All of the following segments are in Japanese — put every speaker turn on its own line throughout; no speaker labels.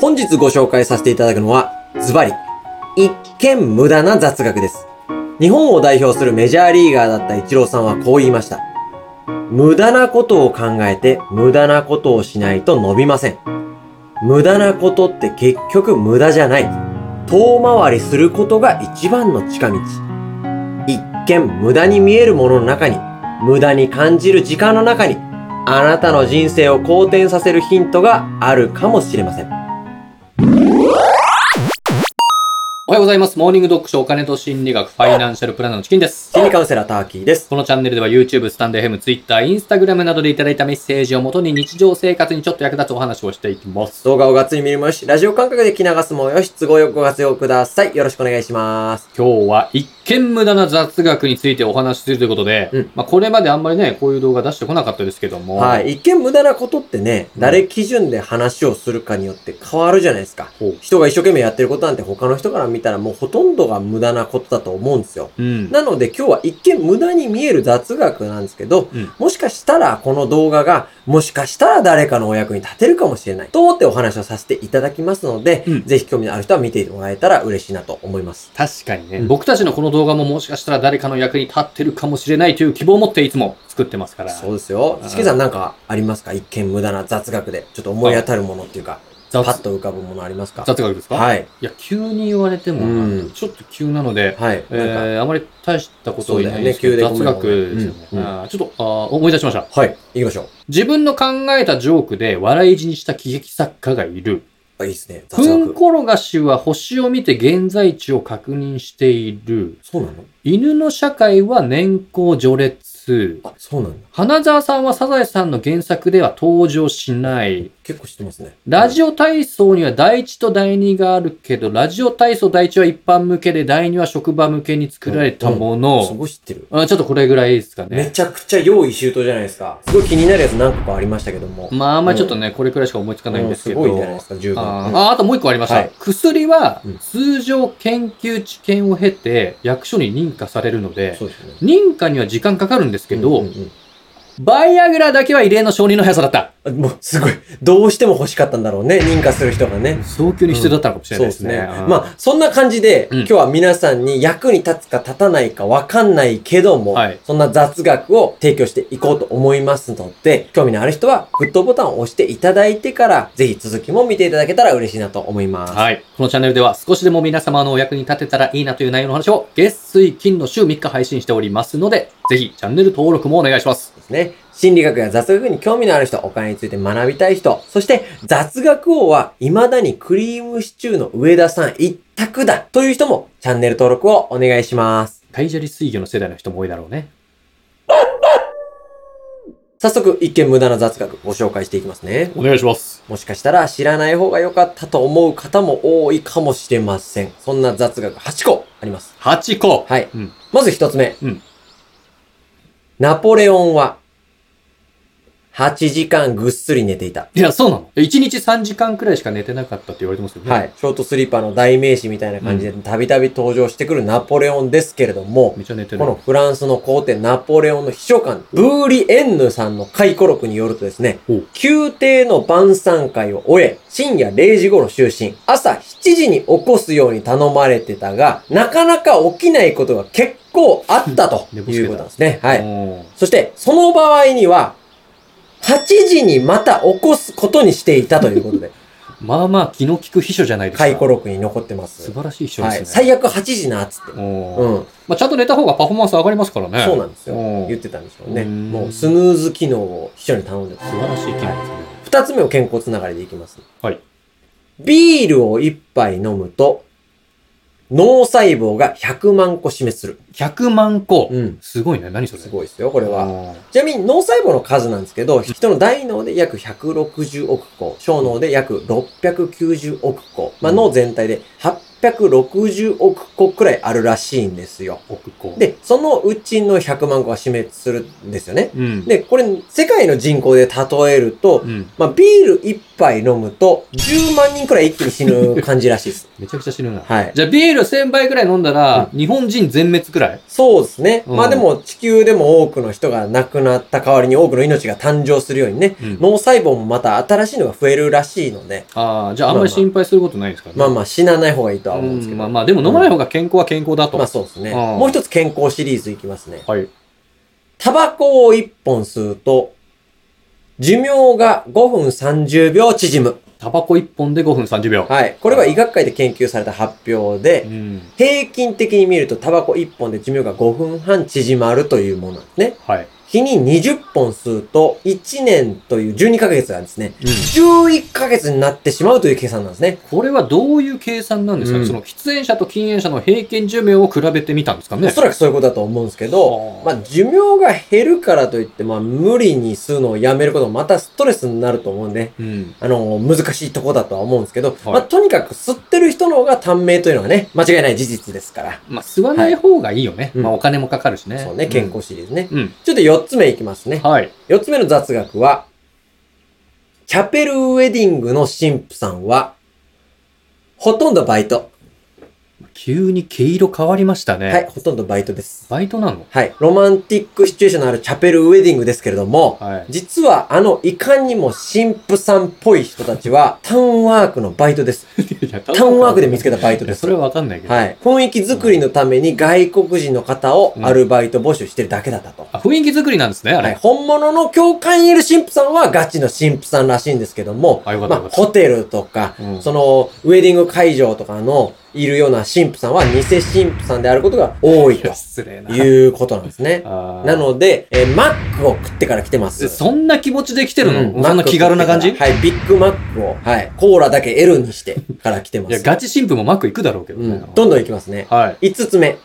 本日ご紹介させていただくのは、ズバリ、一見無駄な雑学です。日本を代表するメジャーリーガーだったイチローさんはこう言いました。無駄なことを考えて、無駄なことをしないと伸びません。無駄なことって結局無駄じゃない。遠回りすることが一番の近道。一見無駄に見えるものの中に、無駄に感じる時間の中に、あなたの人生を好転させるヒントがあるかもしれません。
おはようございます。モーニングドッグショーお金と心理学ファイナンシャルプランナーのチキンです。
心理カウンセラーターキーです。
このチャンネルでは YouTube、スタンド FM、Twitter、Instagram などでいただいたメッセージをもとに日常生活にちょっと役立つお話をしていきます。
動画をがっつり見るもよし、ラジオ感覚で聞き流すもよし、都合よくご活用ください。よろしくお願いします。
今日は一見無駄な雑学についてお話しするということで、
うん
まあこれまであんまりね、こういう動画出してこなかったですけども、
はい。一見無駄なことってね、誰基準で話をするかによって変わるじゃないですか。
ほう
人が一生懸命やってることなんて他の人から見たらもうほとんどが無駄なことだと思うんですよ。
うん。
なので今日は一見無駄に見える雑学なんですけど、
うん
もしかしたらこの動画が、もしかしたら誰かのお役に立てるかもしれないと思ってお話をさせていただきますので、
うん
ぜひ興味のある人は見てもらえたら嬉しいなと思います。
確かにね、
うん
僕たちのこの動画ももしかしたら誰かの役に立ってるかもしれないという希望を持っていつも作ってますから。
そうですよ
う。ん
しけさんなんかありますか一見無駄な雑学で。ちょっと思い当たるものっていうか、パ
雑
ッと浮かぶものありますか
雑学ですかい。
はい。
や、急に言われてもな、
うん
ちょっと急なので、
はい。
え
なんか
ー、あまり大したことは言えないんですけ
そうだ
ど、
よね
雑
急でごめん
学ですよね。
うんうん
あーちょっとあー思い出しました。
はい。行きましょ
自分の考えたジョークで笑い死にした喜劇作家がいる。
う。あ、いいですね。雑
ふん
学。
ころがしは星を見て現在地を確認している。
そうなの
犬の社会は年功序列。
あ、そうなんだ。
花沢さんはサザエさんの原作では登場しない。
結構知ってますね。
ラジオ体操には第一と第二があるけど、ラジオ体操第一は一般向けで、第二は職場向けに作られたも
す
の。
ごい知ってる。
あちょっとこれぐらいですか
め
ね。
ちゃくちゃ用意周到じゃないですか。すごい気になるやつ何個かありましたけども。
まあ、あんまりちょっとね、これくらいしか思いつかないんですけど。
もうすごいじゃないですか、十分。
あ
うん
ーああともう一個ありました。
はい
薬は
うん
通常研究知見を経て役所に認可されるので、
そうですね。
認可には時間かかるんですけど、
うんうん
バイアグラだけは異例の承認の速さだった。
うんもうすごい、どうしても欲しかったんだろうね、認可する人がね。
早急に必要だったのかもしれ
そう
な
で
いですすね。
ね。
あー
まあ、そんな感じで、
うん
今日は皆さんに役に立つか立たないかわかんないけども、
はい
そんな雑学を提供していこうと思いますので、興味のある人はグッドボタンを押していただいてから、ぜひ続きも見ていただけたら嬉しいなと思います。
はい。このチャンネルでは少しでも皆様のお役に立てたらいいなという内容の話を月水金の週3日配信しておりますので、ぜひチャンネル登録もお願いします。
ですね。心理学や雑学に興味のある人、お金について学びたい人、そして雑学王は未だにクリームシチューの上田さん一択だという人もチャンネル登録をお願いします。
カイジャリ水魚の世代の人も多いだろうね。
早速、一見無駄な雑学ご紹介していきますね。
お願いします。
もしかしたら知らない方が良かったと思う方も多いかもしれません。そんな雑学8個あります。
8個。
はい。
うん
まず1つ目。
うん
ナポレオンは8時間ぐっすり寝ていた。
いや、そうなの。1日3時間くらいしか寝てなかったって言われてますよね。
はい。ショートスリーパーの代名詞みたいな感じで、たびたび登場してくるナポレオンですけれども、
めっちゃ寝てる。
このフランスの皇帝ナポレオンの秘書官、ブーリ・エンヌさんの回顧録によるとですね
お、
宮廷の晩餐会を終え、深夜0時頃就寝、朝7時に起こすように頼まれてたが、なかなか起きないことが結構あったと
うん
いうことなんですね。はい。
い。
そして、その場合には、8時にまた起こすことにしていたということで、
まあまあ気の利く秘書じゃないですか。
回顧録に残ってます。
素晴らしい秘書で
は
すね。
い。最悪8時な、つって。
お
う
ー
ん。
まあちゃんと寝た方がパフォーマンス上がりますからね。
そうなんですよ。
おー
言ってたんでしょうね。
うん
もう、スヌーズ機能を秘書に頼んでます。
素晴らしい機能ですね。
二つ目を健康つながりでいきます。
はい。
ビールを一杯飲むと、脳細胞が100万個死滅する。
100万個。
うん。
すごいね。何それ。
すごいですよ、これは。
は。
ちなみに脳細胞の数なんですけど、人の大脳で約160億個、小脳で約690億個、まあ、
うん
脳全体で660億個くらいあるらしいんですよ。
奥子。、
で、そのうちの100万個は死滅するんですよね。
うん。
で、これ、世界の人口で例えると
う、ん。
まあ、ビール1杯飲むと、10万人くらい一気に死ぬ感じらしい です。
めちゃくちゃ死ぬな。
はい。
じゃあビール1000杯くらい飲んだら、日本人全滅くらい
そうですね。
うん
まあでも、地球でも多くの人が亡くなった代わりに多くの命が誕生するようにね、
うん。
脳細胞もまた新しいのが増えるらしいので、
ああ、じゃああんまり心配することないですかね。
まあまあ死なない方がいいとは
う
思うんですけ
ん
ど。
まあまあ、でも飲まない方が健康は健康だと。
まあそうですね。
うん
もう一つ健康シリーズいきますね。
はい。
タバコを1本吸うと、寿命が5分30秒縮む。
タバコ1本で5分30秒。
はい。これは医学界で研究された発表で
う、ん。
平均的に見るとタバコ1本で寿命が5分半縮まるというものなんですね。
はい。
日に20本吸うと1年という12ヶ月がですね、
うん。
11ヶ月になってしまうという計算なんですね。
これはどういう計算なんですかね、
うん
その喫煙者と禁煙者の平均寿命を比べてみたんですかね
おそらくそういうことだと思うんですけど
は、
ま
あ
あ寿命が減るからといって、まあ無理に吸うのをやめることもまたストレスになると思うんで、
うん。
あの、難しいとこだとは思うんですけど、
はい
まあとにかく吸ってる人の方が短命というのはね、間違いない事実ですから。
まあ、吸わない方がいいよね。
うん
まあ、お金もかかるしね。
そうね、健康シリーズね。
うん。うん。
ちょっと4つ目いきますね。
はい。
4つ目の雑学は、チャペルウェディングの神父さんは、ほとんどバイト。
急に毛色変わりましたね。
はい、ほとんどバイトです。
バイトなの
はい、ロマンティックシチュエーションのあるチャペルウェディングですけれども、
はい。
実はあのいかにも神父さんっぽい人たちは、タウンワークのバイトです。 タウンワークで見つけたバイト
い
で
や
す
そ。れはわかんないけど。
はい。雰囲気作りのために外国人の方をアルバイト募集してるだけだったと。
あ、雰囲気作りなんですね、あれ。
はい、本物の教会にいる神父さんはガチの神父さんらしいんですけども、
あよかった
ま
よ
あ、
かった
ホテルとか、
うん
その、ウェディング会場とかのいるような神父さんは偽神父さんであることが多い
い
と
や失礼な。
いうことなんですね。
あー
なので、えーマックを食ってから来てます。
えそんな気持ちで来てるの、
うん
そんな気軽な感じ、
マックを食ってからはい、ビッグマックを、はい、コーラだけ L にしてから来てま
いや、
す。
ガチ神父もマック行くだろうけど
う
ね。
ん、どんどん行きますね。
はい。
5つ目。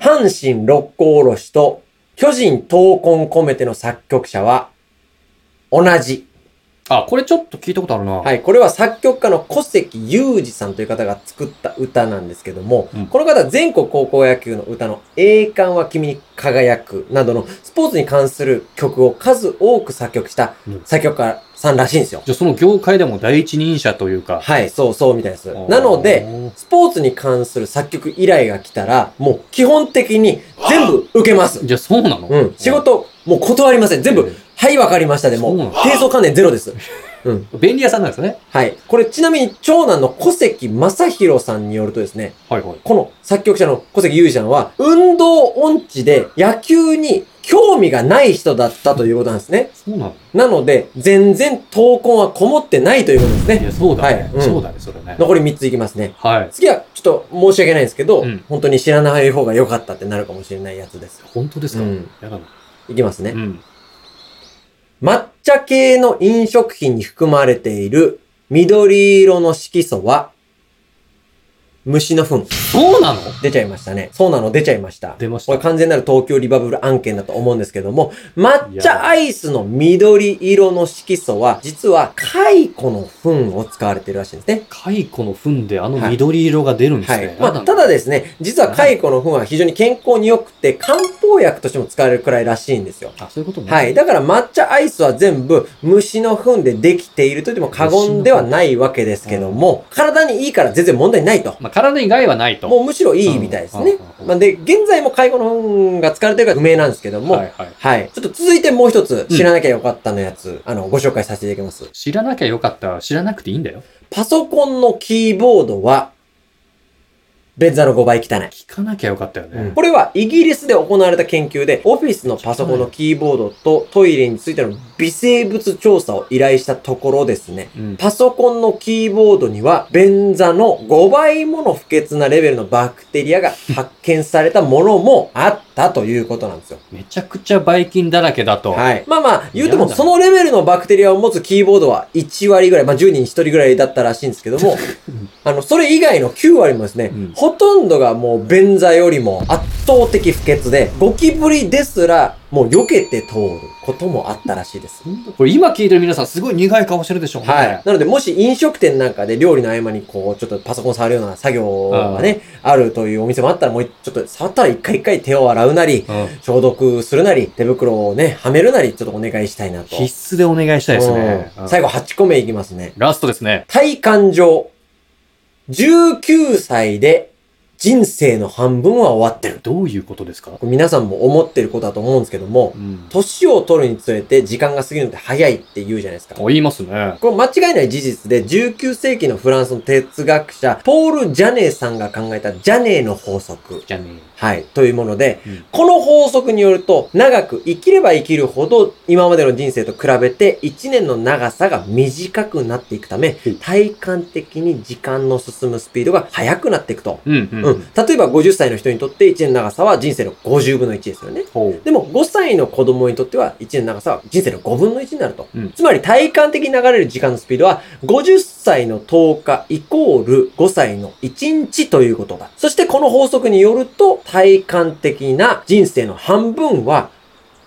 阪神六甲おろしと巨人闘魂込めての作曲者は同じ。
あ、これちょっと聞いたことあるな。
はい。これは作曲家の小関裕二さんという方が作った歌なんですけども、
うん
この方は全国高校野球の歌の栄冠は君に輝くなどのスポーツに関する曲を数多く作曲した
うん
作曲家さんらしいんですよ。
じゃあその業界でも第一人者というか。
はい。そうそうみたいです。なので、
で、
スポーツに関する作曲依頼が来たら、もう基本的に全部受けます。
じゃあそうなの
うん。仕事、もう断りません。全部、はい、わかりましたでも
そうな
う、
の
低層関連ゼロです。うん。
便利屋さんなんですね。
はい。これ、ちなみに、長男の小関正宏さんによるとですね、
はいはい。
この作曲者の小関裕二さんは、運動音痴で野球に興味がない人だったということなんですね。
そうなの
なので、全然闘魂はこもってないということです
い
ね。
や、そうだね。
はいうん
そうだね、それね。
残り3ついきますね。
はい。
次は、ちょっと申し訳ないんですけど、
うん
本当に知らない方が良かったってなるかもしれないやつです。
本当ですか、
うん
やだな。
いきますね。
うん。
抹茶系の飲食品に含まれている緑色の色素は、虫の糞。
そうなの
出ちゃいましたね。そうなの出ちゃいました。
出まし
これ
た。
完全なる東京リバブル案件だと思うんですけども、抹茶アイスの緑色の色素は、実は蚕の糞を使われているらしいんですね。
蚕の糞であの緑色が出るんです
は
ね。。
い。まあ、ただですすね、実は蚕の糞は非常に健康に良くて、漢方薬としても使われるくらいらしいんですよ。
あ、そういうことね。
はい。だから抹茶アイスは全部虫の糞でできていると言っても過言ではないわけですけども、体にいいから全然問題ないと。
まあ、体以外はないと。
もうむしろいいみたいですね。
うん
まあ、で、現在も介護の糞が使われてるか不明なんですけども、は。
はいいはい。
ちょっと続いてもう一つ知らなきゃよかったのやつ、あの、ご紹介させていただきます。
知らなきゃよかった。知らなくていいんだよ。
パソコンのキーボードは、便座の5倍汚い。
聞かなきゃよかったよね。
これはイギリスで行われた研究で、オフィスのパソコンのキーボードとトイレについての微生物調査を依頼したところですね。
うん
パソコンのキーボードには、便座の5倍もの不潔なレベルのバクテリアが発見されたものもあったということなんですよ。
めちゃくちゃばい菌だらけだと。
はい。まあまあ、言うて
や
も、
だ
そのレベルのバクテリアを持つキーボードは1割ぐらい、まあ10人に1人ぐらいだったらしいんですけども、あの、それ以外の9割もですね、
うん
ほとんどがもう便座よりも圧倒的不潔で、ゴキブリですらもう避けて通ることもあったらしいです。
これ今聞いてる皆さんすごい苦い顔してるでしょうね。
はい。なので、もし飲食店なんかで料理の合間に、こう、ちょっとパソコン触るような作業がね、あるというお店もあったら、もう、ちょっと触ったら一回一回手を洗うなり、
うん
消毒するなり、手袋をね、はめるなり、ちょっとお願いしたいなと。
必須でお願いしたいですね。
う
うんん
最後、8個目いきますね。
ラストですね。
体感上、19歳で人生の半分は終わってる。
どういうことですか、
これ皆さんも思ってることだと思うんですけども
う、ん、
年を取るにつれて時間が過ぎるのって早いって言うじゃないですか。
言いますね。
これ間違いない事実で、19世紀のフランスの哲学者、ポール・ジャネーさんが考えたジャネーの法則。
じゃね
はい。というもので、
うん
この法則によると、長く生きれば生きるほど、今までの人生と比べて、1年の長さが短くなっていくため
うん、
体感的に時間の進むスピードが速くなっていくと。
え。うん、うん。
うん。例えば50歳の人にとって1年の長さは人生の50分の1ですよね。
ほう。
でも5歳の子供にとっては1年の長さは人生の5分の1になると。
うん
つまり体感的に流れる時間のスピードは50歳の10日イコール5歳の1日ということだ。そしてこの法則によると体感的な人生の半分は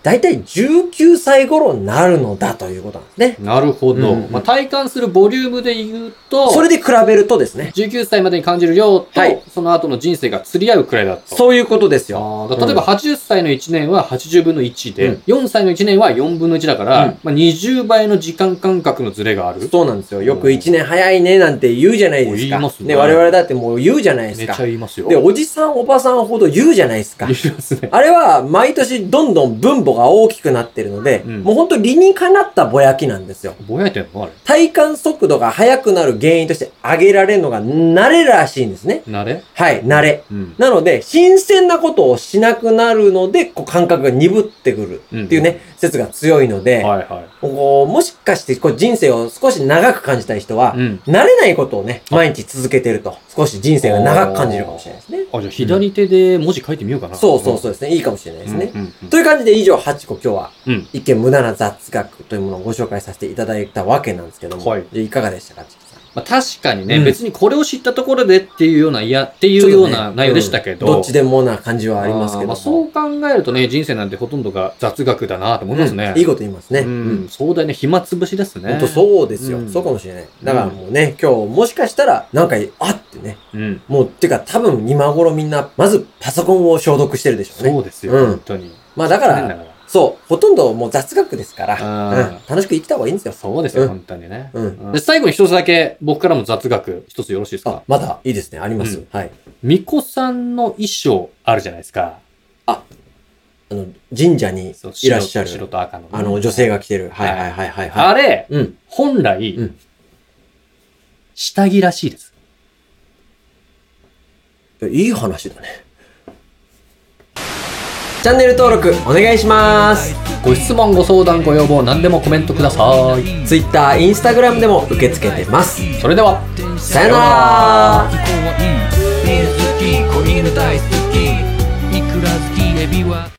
だいたい19歳頃になるのだということなんですね。
なるほ
う
ど。
んうん
まあ、体感するボリュームで言うと、
それで比べるとですね。
19歳までに感じる量と、
はい
その後の人生が釣り合うくらいだと。う
そういうことですよ。
例えば80歳の1年は80分の1で、
うん
4歳の1年は4分の1だから、
うん
まあ、20倍の時間感覚のズレがある。
そうなんですよ。よく1年早いねなんて言うじゃないですか。
言いますね
ね。我々だってもう言うじゃないで
め
す
っち
か
ゃ。言いますよ。
で、おじさんおばさんほど言うじゃないですか。
言いますね。
あれは毎年どんどん分母が大きくなってるので、
うん
もうほんと理にかなったぼやきなんですよ。
ぼやいてんのあれ。
体感速度が速くなる原因として挙げられるのが慣れらしいんですね。
慣れ
はい、慣れ。
うん。
なので、新鮮なことをしなくなるので、こう感覚が鈍ってくるっていうね、説が強いので、
はいは
こうもしかしてこう人生を少し長く感じたい人は、
い。うん。
慣れないことをね、毎日続けてると、少し人生が長く感じるかもしれないですね。
あ、じゃあ左手で文字書いてみようかな。
そうそうそうですね。いいかもしれないですね。
うんうんうん
という感じで以上8個今日は
うん、
一見無駄な雑学というものをご紹介させていただいたわけなんですけども、
はい
でいかがでしたか、チキさん。
まあ、確かにね、
うん
別にこれを知ったところでっていうような、いや、っていうような内容でしたけど。
うんどっちでもな感じはありますけど
あーま
も。
あ、そう考えるとね、人生なんてほとんどが雑学だなと思いますね。
うんいいこと言いますね。
う
うん
ん、壮大な暇つぶしですね。
本当そうですよ、
うん
そうかもしれない。だからもうね、今日もしかしたらなんか、あってね。
う。うん。
もう、てか多分今頃みんな、まずパソコンを消毒してるでしょうね。
そうですよ、
うん
本当に。
まあだか
残念な
ら、
がら
そう、ほとんどもう雑学ですから、
あー
うん楽しく生きた方がいいんですよ。
そうですよ、
うん
本当にね。
うん
で最後に一つだけ、僕からも雑学、一つよろしいです
あ
か、。
まだいいですね。あります。
うん
はい。
巫女さんの衣装あるじゃないですか。
あの、神社に
そう白
いらっしゃる。
白と赤の。
あの、女性が着てる。はいはいはいはい、はい。
あれ、
うん。
本来、
うん
下着らしいです。
いい話だね。チャンネル登録お願いします。
ご質問、ご相談、ご要望、何でもコメントください。
Twitter、Instagram でも受け付けてます。
それでは。
さよなら
犬好き子犬大好き